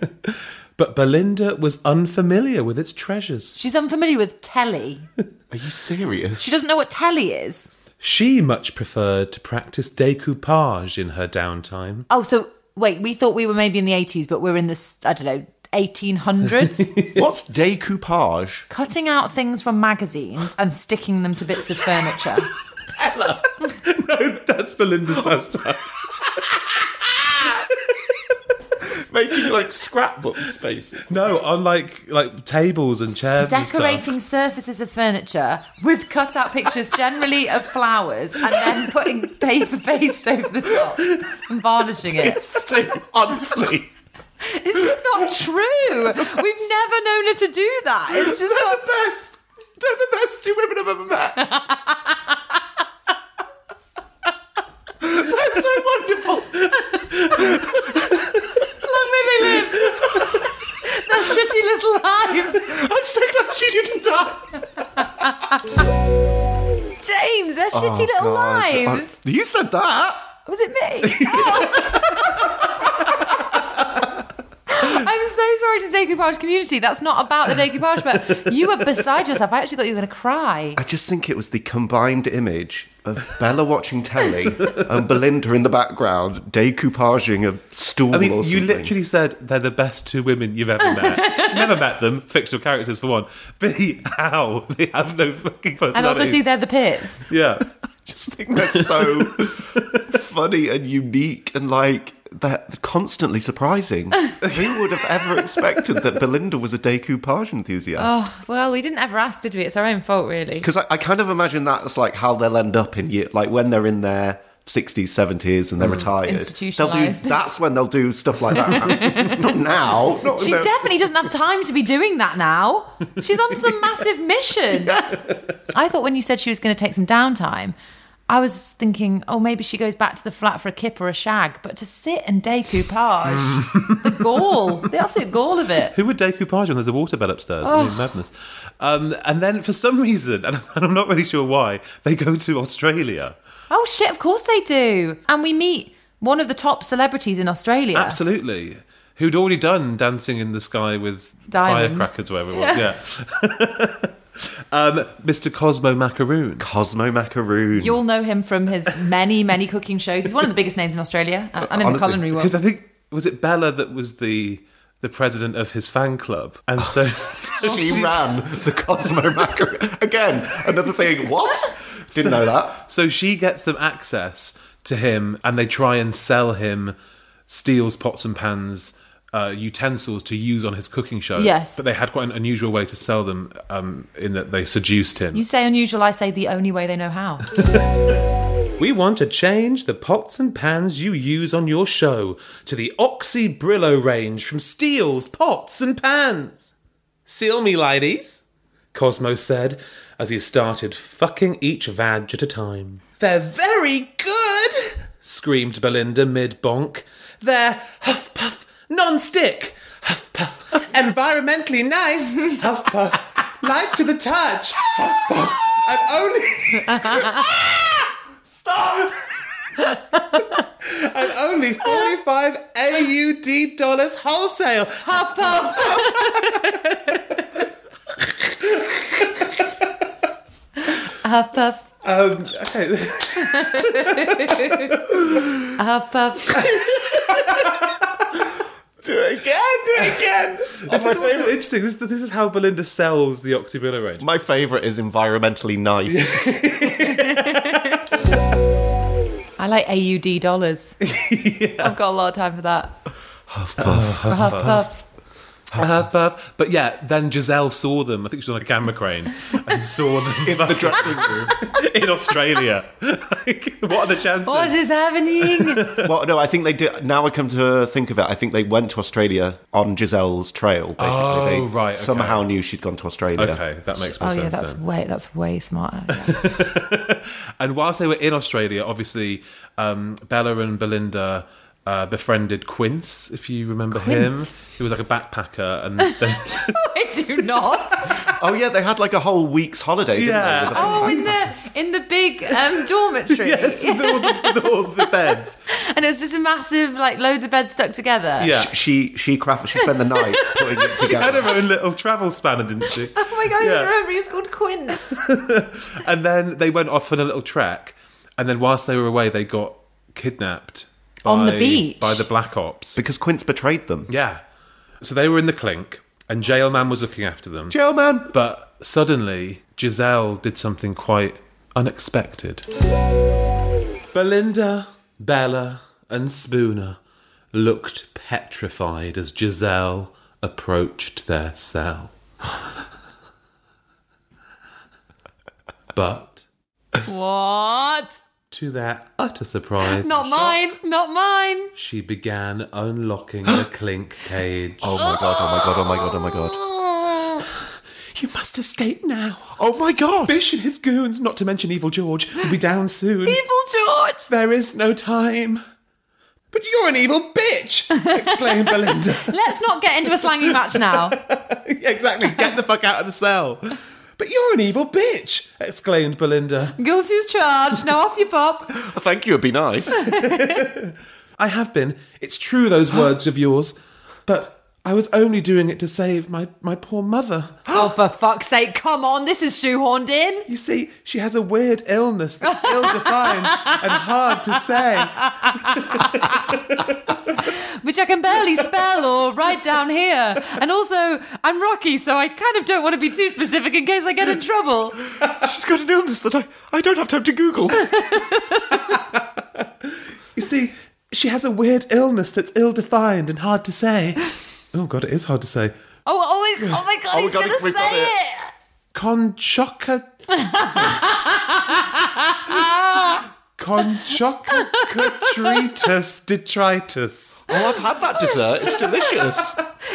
S1: but Belinda was unfamiliar with its treasures.
S2: She's unfamiliar with telly.
S3: Are you serious?
S2: She doesn't know what telly is.
S1: She much preferred to practice decoupage in her downtime.
S2: Oh, so wait, we thought we were maybe in the 80s, but we're in this, I don't know, 1800s?
S3: What's decoupage?
S2: Cutting out things from magazines and sticking them to bits of furniture.
S1: That's Belinda's pastime.
S3: making like scrapbooks, basically.
S1: No, on like like tables and chairs. And
S2: Decorating
S1: stuff.
S2: surfaces of furniture with cutout pictures, generally of flowers, and then putting paper paste over the top and varnishing it.
S3: [LAUGHS] See, honestly.
S2: It's just not true. We've never known her to do that. It's just
S3: They're
S2: not
S3: the best. They're the best two women I've ever [LAUGHS] met. They're so wonderful.
S2: Look where they live. [LAUGHS] Their shitty little lives.
S3: I'm so glad she didn't die.
S2: James, their shitty
S3: Oh,
S2: little lives.
S3: You said that.
S2: Oh, Was it me? Oh. [LAUGHS] I'm so sorry to the decoupage community. That's not about the decoupage, but you were beside yourself. I actually thought you were going [LAUGHS] to cry.
S3: I just think it was the combined image of Bella watching telly and Belinda in the background decoupaging a stool
S1: I mean,
S3: or
S1: you
S3: something.
S1: literally said they're the best two women you've ever
S2: [LAUGHS]
S1: met. never met them, fictional characters for one. B, how they have no fucking personality.
S2: And also see they're the pits.
S1: yeah,
S3: just think they're [LAUGHS] so funny and unique and like they're constantly surprising. Who would have ever expected that Belinda was a decoupage enthusiast?
S2: Oh, well, we didn't ever ask, did we? It's our own fault, really.
S3: Because I, I kind of imagine that's like how they'll end up in year, like when they're in their. 60s, 70s, and they're retired. They'll do,
S2: Institutionalised.
S3: that's when they'll do stuff like that. not now. Not
S2: She
S3: when they're-
S2: definitely doesn't have time to be doing that now. She's on some massive mission. I thought when you said she was going to take some downtime, I was thinking, oh, maybe she goes back to the flat for a kip or a shag, but to sit and decoupage, the gall, the absolute gall of it.
S1: who would decoupage when there's a water bed upstairs? I
S2: Oh.
S1: mean, madness. Um, and then for some reason, [LAUGHS] and I'm not really sure why, they go to Australia.
S2: Oh, shit, of course they do. And we meet one of the top celebrities in Australia.
S1: Absolutely. Who'd already done Dancing in the Sky with
S2: Diamonds.
S1: Firecrackers, wherever it was. Yeah. [LAUGHS]
S2: [LAUGHS]
S1: um, Mr. Cosmo Macaroon.
S3: Cosmo Macaroon.
S2: You'll know him from his many, many cooking shows. He's one of the biggest names in Australia and and in the
S3: Honestly,
S2: culinary
S1: [LAUGHS]
S2: world.
S1: Because I think, was it Bella that was the the president of his fan club? And so, [LAUGHS] so
S3: she ran the Cosmo Macaroon. Again, another thing. What? Didn't
S1: [LAUGHS]
S3: know that.
S1: so she gets them access to him and they try and sell him steels, pots and pans. Uh, utensils to use on his cooking show.
S2: Yes.
S1: But they had quite an unusual way to sell them um, in that they seduced him.
S2: You say unusual, I say the only way they know how.
S1: We want to change the pots and pans you use on your show to the Oxy Brillo range from Steels, Pots and Pans. Seal me, ladies, Cosmo said as he started fucking each vag at a time. They're very good, screamed Belinda mid bonk. They're huff puff, non stick, huff puff, environmentally nice, huff puff, light to the touch, huff puff, and only. Stop! and only 45 AUD dollars wholesale.
S2: Half puff. Half puff.
S1: Um, okay.
S2: Half puff.
S3: Do it again. Do it [LAUGHS] again.
S1: This
S3: Oh, my
S1: is also
S3: favorite.
S1: interesting. This, this is how Belinda sells the Octobilla range.
S3: My favorite is environmentally nice.
S2: I like
S1: [LAUGHS]
S2: AUD dollars. I've got a lot of time for that.
S1: Oh,
S2: Half puff. Half puff.
S1: Puff, puff. But yeah, then Giselle saw them. I think she was on a camera crane and saw [LAUGHS] them
S3: In the dressing room.
S1: [LAUGHS] in Australia. [LAUGHS] Like, what are the chances?
S2: What is happening?
S3: Well, no, I think they did. Now I come to think of it, I think they went to Australia on Giselle's trail. Basically,
S1: Oh,
S3: they
S1: right, okay.
S3: somehow knew she'd gone to Australia.
S1: Okay, that makes more
S2: oh yeah,
S1: sense.
S2: that's
S1: then.
S2: way that's way smarter. [LAUGHS] Yeah.
S1: And whilst they were in Australia, obviously, um, Bella and Belinda uh, befriended Quince, if you remember him.
S2: Quince?
S1: He was like a backpacker.
S2: [LAUGHS]
S1: And then,
S2: I
S1: [LAUGHS]
S2: do not.
S3: Oh yeah, they had like a whole week's holiday. Didn't
S1: Yeah.
S3: They, with the-
S2: Oh, in the in the big um,
S1: [LAUGHS]
S2: dormitory.
S1: yes, with all the, with all the beds.
S2: [LAUGHS] And it's just a massive, like loads of beds stuck together.
S1: Yeah.
S3: She she crafted. She spent the [LAUGHS] night putting it
S1: She had her
S3: together.
S1: own little travel spanner, didn't she?
S2: Oh my god, I
S1: Yeah.
S2: don't remember. He was called Quince.
S1: And then they went off on a little trek. And then whilst they were away, they got kidnapped
S2: On the
S1: by-
S2: beach.
S1: by the Black Ops.
S3: Because Quince betrayed them.
S1: Yeah. So they were in the clink, and Jailman was looking after them.
S3: Jail man.
S1: But suddenly, Giselle did something quite unexpected. Belinda, Bella, and Spooner looked petrified as Giselle approached their cell. but
S2: What?
S1: to their utter surprise,
S2: Not mine. Not mine.
S1: she began unlocking the clink cage.
S3: Oh my god! Oh my god! Oh my god! Oh my god!
S1: You must escape now.
S3: Oh my god!
S1: Bish and his goons, not to mention Evil George, will be down soon.
S2: Evil George.
S1: There is no time. But you're an evil bitch! exclaimed Belinda.
S2: [LAUGHS]
S1: [LAUGHS]
S2: Let's not get into a slangy match now.
S1: exactly, get the fuck out of the cell. But you're an evil bitch! exclaimed Belinda.
S2: Guilty as charged. Now off you pop.
S3: Thank you. It'd be nice.
S1: I have been. It's true, those words of yours. But I was only doing it to save my, my poor mother.
S2: Oh, for fuck's sake, come on. This is shoehorned in.
S1: You see, she has a weird illness that's ill defined and hard to say.
S2: which I can barely spell or write down here. And also, I'm Rocky, so I kind of don't want to be too specific in case I get in trouble.
S3: [LAUGHS]
S2: Oh,
S3: She's got an illness that I, I don't have time to [LAUGHS] Google.
S1: You see, she has a weird illness that's ill defined and hard to say. Oh, God, it is hard to say.
S2: Oh, oh, my- oh my god,
S3: Oh, we
S2: he's
S3: got
S2: gonna
S3: it,
S2: say
S3: we've got it.
S2: it.
S1: Conchoca. [LAUGHS] Conchocatritus detritus.
S3: Oh, I've had that dessert. It's delicious.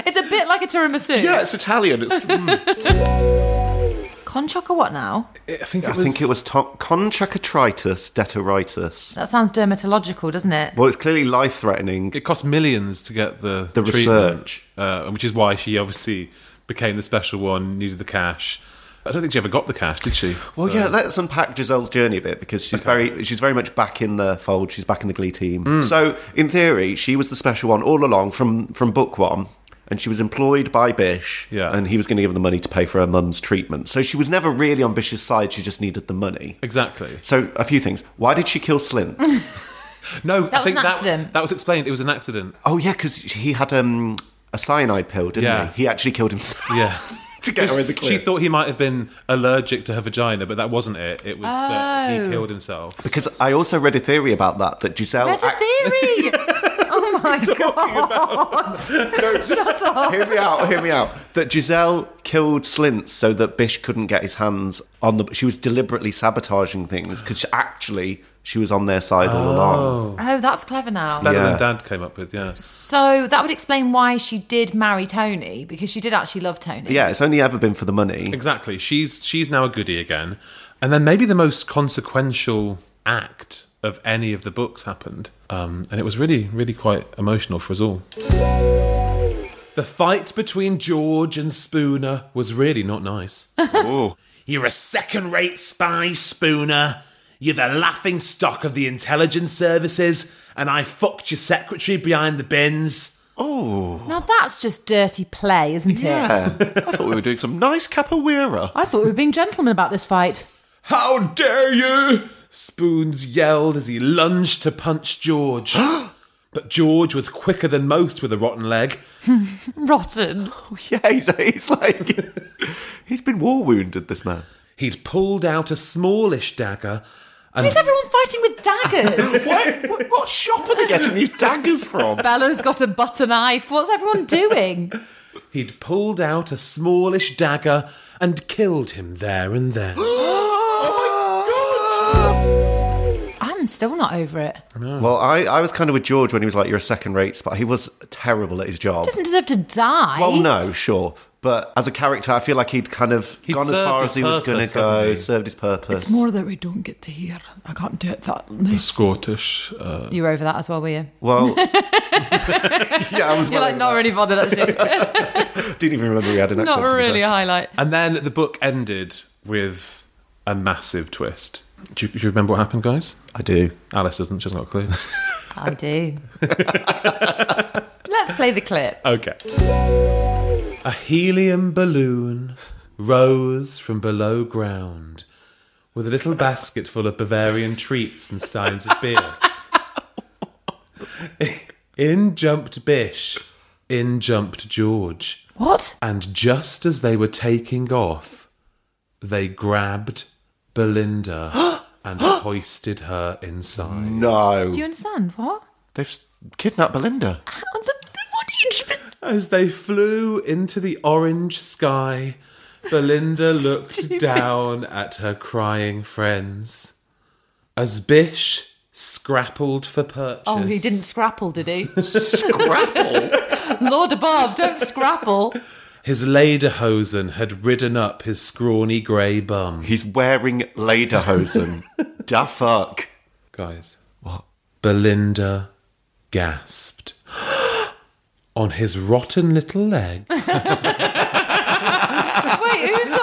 S2: It's a bit like a tiramisu.
S3: Yeah, it's Italian. It's, mm.
S2: Conchoca what now?
S1: I think
S3: I think it was to- conchocatritis deteritus.
S2: That sounds dermatological, doesn't it?
S3: Well, it's clearly life threatening.
S1: It cost millions to get the
S3: The
S1: treatment,
S3: research.
S1: uh, which is why she obviously became the special one, needed the cash. I don't think she ever got the cash, did she?
S3: Well, yeah, let's unpack Giselle's journey a bit because she's very she's very much back in the fold. She's back in the Glee team. So, in theory, she was the special one all along from from book one, and she was employed by Bish,
S1: Yeah.
S3: and he was going to give her the money to pay for her mum's treatment. So she was never really on Bish's side. She just needed the money.
S1: Exactly.
S3: So, a few things. Why did she kill Slint?
S1: No, I
S2: was
S1: think
S2: an
S1: that,
S2: accident.
S1: that was explained. It was an accident.
S3: Oh yeah, because he had um, a cyanide pill, didn't
S1: Yeah.
S3: he? He actually killed himself
S1: [LAUGHS]
S3: [LAUGHS]
S1: Yeah.
S3: to get her in the clear.
S1: She thought he might have been allergic to her vagina, but that wasn't it. It was that
S2: Oh.
S1: he killed himself.
S3: because I also read a theory about that that Giselle.
S2: Meta
S3: act- [LAUGHS]
S2: theory. oh my [LAUGHS] god. Shut up.
S3: hear me out. Hear me out. That Giselle killed Slint so that Bish couldn't get his hands on the. She was deliberately sabotaging things because actually she was on their side all along.
S2: Oh, that's clever now.
S1: Better
S3: Yeah.
S1: than Dad came up with, yeah.
S2: So that would explain why she did marry Tony because she did actually love Tony.
S3: Yeah, it's only ever been for the money.
S1: Exactly. She's she's now a goodie again. And then maybe the most consequential act of any of the books happened. Um, and it was really, really quite emotional for us all. The fight between George and Spooner was really not nice. You're a second rate spy, Spooner. You're the laughing stock of the intelligence services, and I fucked your secretary behind the bins.
S2: Now that's just dirty play, isn't it?
S3: Yeah, I thought we were doing some nice capoeira.
S2: I thought we were being gentlemen about this fight.
S1: How dare you! Spoons yelled as he lunged to punch George. but George was quicker than most with a rotten leg.
S2: Rotten.
S3: [LAUGHS] Yeah, he's, he's like [LAUGHS] he's been war wounded. This man.
S1: He'd pulled out a smallish dagger and
S2: Why is everyone fighting with [LAUGHS] daggers?
S3: Where, what, what shop are they getting these daggers from?
S2: Bella's got a butter knife. What's everyone doing?
S1: he'd pulled out a smallish dagger and killed him there and then.
S2: I'm still not over it.
S3: Well, I, I was kind of with George when he was like, "You're a second-rate spy." He was terrible at his job.
S2: Doesn't deserve to die.
S3: well, no, sure, but as a character, I feel like he'd kind of
S1: He'd
S3: gone as
S1: served
S3: far
S1: his
S3: as he was going
S1: purpose,
S3: to go,
S1: hadn't he?
S3: served his purpose.
S2: that we don't get to hear. I can't do it that
S1: Scottish. Uh,
S2: You were over that as well, were you? [LAUGHS]
S3: well, [LAUGHS] yeah, I was.
S2: You're
S3: well
S2: like
S3: over
S2: not
S3: that.
S2: really bothered
S3: [LAUGHS]
S2: actually.
S3: Didn't even remember he had an accent.
S2: not
S3: to be
S2: really a
S3: fair.
S2: highlight.
S1: and then the book ended with a massive twist. Do you, do you remember what happened, guys?
S3: I do.
S1: Alice doesn't, she's not a clue.
S2: I do.
S3: [LAUGHS]
S2: Let's play the clip.
S1: Okay. A helium balloon rose from below ground with a little basket full of Bavarian treats and steins of beer. In jumped Bish, in jumped George,
S2: What?
S1: and just as they were taking off, they grabbed Belinda [GASPS] and hoisted her inside.
S3: No,
S2: Do you understand? What?
S3: they've s- kidnap Belinda.
S2: What do you?
S1: As they flew into the orange sky,
S2: [LAUGHS]
S1: Belinda looked down at her crying friends. As Bish scrappled for purchase.
S2: Oh, he didn't scrapple, did [LAUGHS] he?
S3: Scrapple.
S2: Lord above, don't scrapple.
S1: His lederhosen had ridden up his scrawny grey bum.
S3: [LAUGHS] He's wearing lederhosen. [LAUGHS] da fuck.
S1: Guys. What? Belinda gasped. [GASPS] On his rotten little leg,
S2: Wait, who's got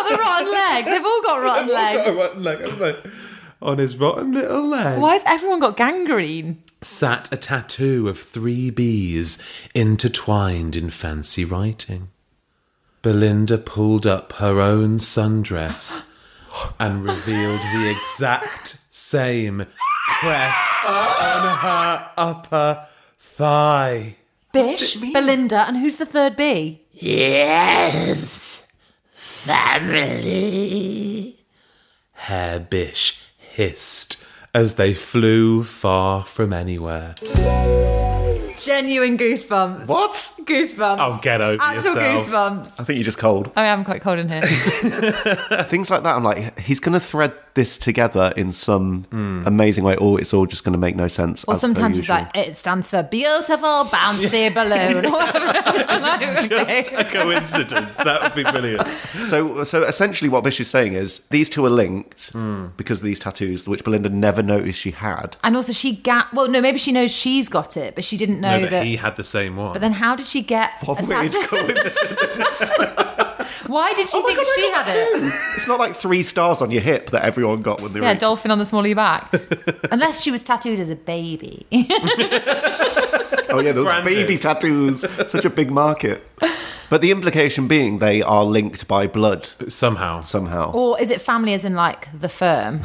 S2: the rotten leg? They've all got rotten legs.
S1: [LAUGHS] on his rotten little leg,
S2: Why has everyone got gangrene?
S1: sat a tattoo of three bees intertwined in fancy writing. Belinda pulled up her own sundress and revealed the exact same crest on her upper thigh.
S2: Bish, Belinda, and who's the third B?
S1: Yes, family. Herr Bish hissed as they flew far from anywhere.
S2: Genuine goosebumps.
S3: What?
S2: Goosebumps.
S1: Oh, get over
S2: Actual
S1: yourself.
S2: goosebumps.
S3: I think you're just cold.
S2: I am quite cold in [LAUGHS] here.
S3: Things like that. I'm like, he's going to thread this together in some
S1: Hmm.
S3: amazing way, or it's all just going to make no sense.
S2: Or
S3: as per
S2: sometimes it's
S3: usual.
S2: like, it stands for beautiful bouncy
S1: [LAUGHS]
S2: balloon. [LAUGHS] or whatever.
S1: coincidence. That would be brilliant.
S3: So, so essentially, what Bish is saying is these two are linked
S1: Hmm.
S3: because of these tattoos, which Belinda never noticed she had.
S2: [LAUGHS] and also she got, well, no, maybe she knows she's got it, but she didn't know
S1: No, that,
S2: that.
S1: he had the same one.
S2: But then how did she get
S3: What
S2: a
S3: weird
S2: tattoo?
S3: coincidence!
S2: [LAUGHS] Oh Why [LAUGHS] did she think she had it?
S3: it's not like three stars on your hip that everyone got when they were.
S2: Yeah, dolphin on the small of your back. Unless she was tattooed as a baby.
S3: oh yeah, those
S1: Branded.
S3: baby tattoos, such a big market. But the implication being they are linked by blood
S1: Somehow.
S3: somehow.
S2: [LAUGHS] or is it family as in like the firm?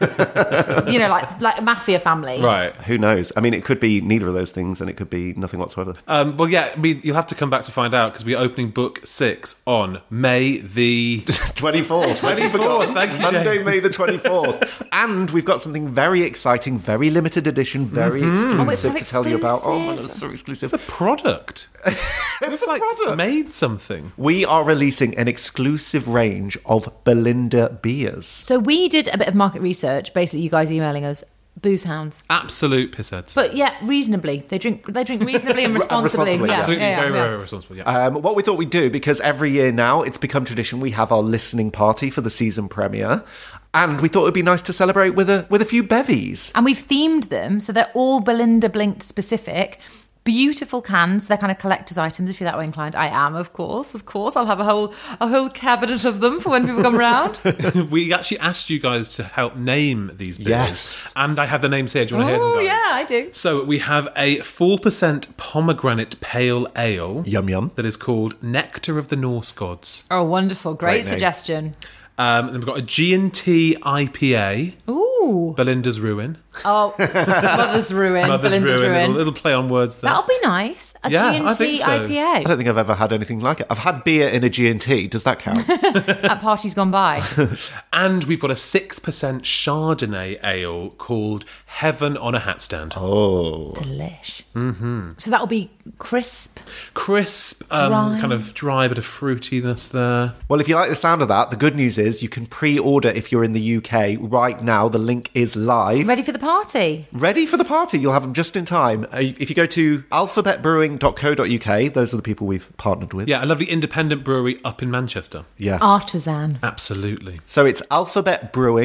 S2: you know, like like a mafia family.
S1: Right.
S3: Who knows? I mean, it could be neither of those things, and it could be nothing whatsoever.
S1: Um, well, yeah, I mean, you'll have to come back to find out because we're opening book six on May the. [LAUGHS]
S3: Twenty fourth, twenty
S1: 24th,
S3: fourth,
S1: thank you,
S3: Monday,
S1: James.
S3: May the twenty fourth, and we've got something very exciting, very limited edition, very exclusive
S1: Mm-hmm.
S2: Oh, it's so
S3: to tell you about. Oh, man,
S2: exclusive.
S3: it's so exclusive!
S1: It's a product.
S3: It's a product.
S1: Made something.
S3: We are releasing an exclusive range of Belinda beers.
S2: So we did a bit of market research, basically you guys emailing us booze hounds.
S1: Absolute pissheads.
S2: But yeah, reasonably. They drink they drink reasonably and
S3: Re-
S2: responsibly.
S3: responsibly,
S2: yeah.
S1: Absolutely,
S2: yeah, yeah,
S1: very,
S2: yeah.
S1: very, very responsible. Yeah.
S3: Um, what we thought we'd do, because every year now it's become tradition, we have our listening party for the season premiere, and we thought it'd be nice to celebrate with a with a few bevies.
S2: And we've themed them so they're all Belinda Blinked specific. Beautiful cans, they're kind of collector's items if you're that way inclined. I am, of course, of course. I'll have a whole a whole cabinet of them for when people come round.
S1: we actually asked you guys to help name these beers.
S3: Yes.
S1: And I have the names here. Do you want to hear them?
S2: Oh
S1: guys?
S2: yeah, I do.
S1: So we have a 4% pomegranate pale ale.
S3: Yum yum.
S1: That is called Nectar of the Norse Gods.
S2: Oh, wonderful! Great,
S3: Great name.
S2: suggestion.
S1: Um, and then we've got a G&T IPA,
S2: Ooh,
S1: Belinda's Ruin.
S2: oh, mother's ruin,
S1: [LAUGHS] Mother's
S2: Belinda's
S1: Ruin.
S2: ruin.
S1: A little- little play on words there.
S2: That'll be nice. A
S1: Yeah, I
S2: G&T
S1: think so.
S3: I [LAUGHS] don't
S2: IPA
S3: think I've ever had anything like it. I've had beer in a G&T. Does that count?
S2: at parties gone by.
S1: And we've got a 6% Chardonnay ale called Heaven on a Hat Stand.
S3: Oh.
S2: Delish. Mm-hmm. So that'll be crisp.
S1: Crisp, um,
S2: Dry.
S1: kind of dry bit of fruitiness there.
S3: Well, if you like the sound of that, the good news is you can pre order if you're in the UK right now. The link is live.
S2: Ready for the party?
S3: Ready for the party. You'll have them just in time. Uh, If you go to alphabetbrewing.co.uk, those are the people we've partnered with.
S1: Yeah, a lovely independent brewery up in Manchester.
S3: Yeah.
S2: Artisan.
S1: Absolutely.
S3: So it's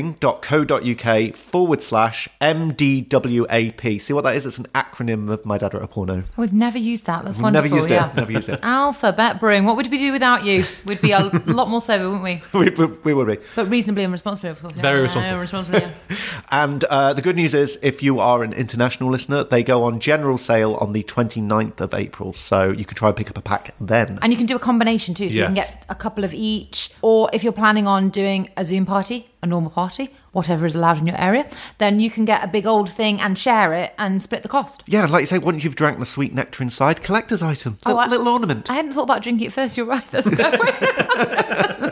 S3: alphabetbrewing.co.uk forward slash MDWAP. See what that is? It's an acronym of my dad wrote a porno.
S2: Oh, we've never used that. That's
S3: Never
S2: wonderful.
S3: used it.
S2: yeah.
S3: Never used it. [LAUGHS]
S2: Alphabet brewing. What would we do without you? We'd be a [LAUGHS] lot more sober, wouldn't we?
S3: we, we, we will be.
S2: But reasonably and responsibly, of course.
S1: Very responsible.
S2: responsible, yeah.
S3: And uh, the good news is, if you are an international listener, they go on general sale on the 29th of April. So you can try and pick up a pack then.
S2: And you can do a combination too. So you can
S1: Yes.
S2: get a couple of each. Or if you're planning on doing a Zoom party, a normal party, whatever is allowed in your area, then you can get a big old thing and share it and split the cost.
S3: Yeah, and like you say, once you've drank the sweet nectar inside, collector's item,
S2: Oh,
S3: little,
S2: I-
S3: little ornament. [LAUGHS]
S2: I hadn't thought about drinking it first. You're right. That's a good way.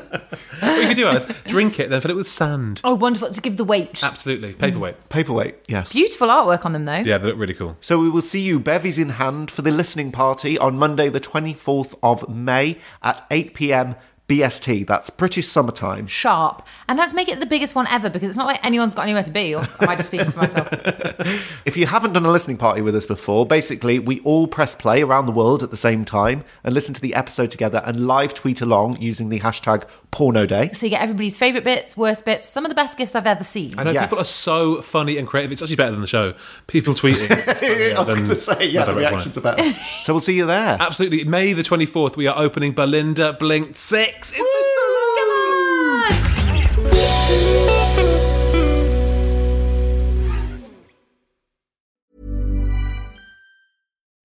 S1: We could do,
S2: [LAUGHS]
S1: Alice. Drink it, then fill it with sand.
S2: Oh, wonderful. To give the weight.
S1: Absolutely. Paperweight.
S3: Paperweight, yes.
S2: Beautiful artwork on them, though.
S1: Yeah, they look really cool.
S3: So we will see you bevies in hand for the listening party on Monday, the 24th of May at 8 pm BST. That's British summertime.
S2: Sharp. And let's make it the biggest one ever because it's not like anyone's got anywhere to be, or am I just speaking for
S3: [LAUGHS]
S2: myself?
S3: If you haven't done a listening party with us before, basically we all press play around the world at the same time and listen to the episode together and live tweet along using the hashtag porno day.
S2: So you get everybody's favourite bits, worst bits, some of the best gifts I've ever seen.
S1: I know
S3: Yes.
S1: people are so funny and creative. It's actually better than the show. People
S3: [LAUGHS]
S1: tweeting. It's funnier
S3: I was
S1: than
S3: [LAUGHS] going to say, yeah,
S1: my
S3: the
S1: direct
S3: reactions are
S1: one.
S3: better. so we'll see you there.
S1: [LAUGHS]
S3: [LAUGHS]
S1: Absolutely. May the 24th, we are opening Belinda Blinked 6. It's been so long.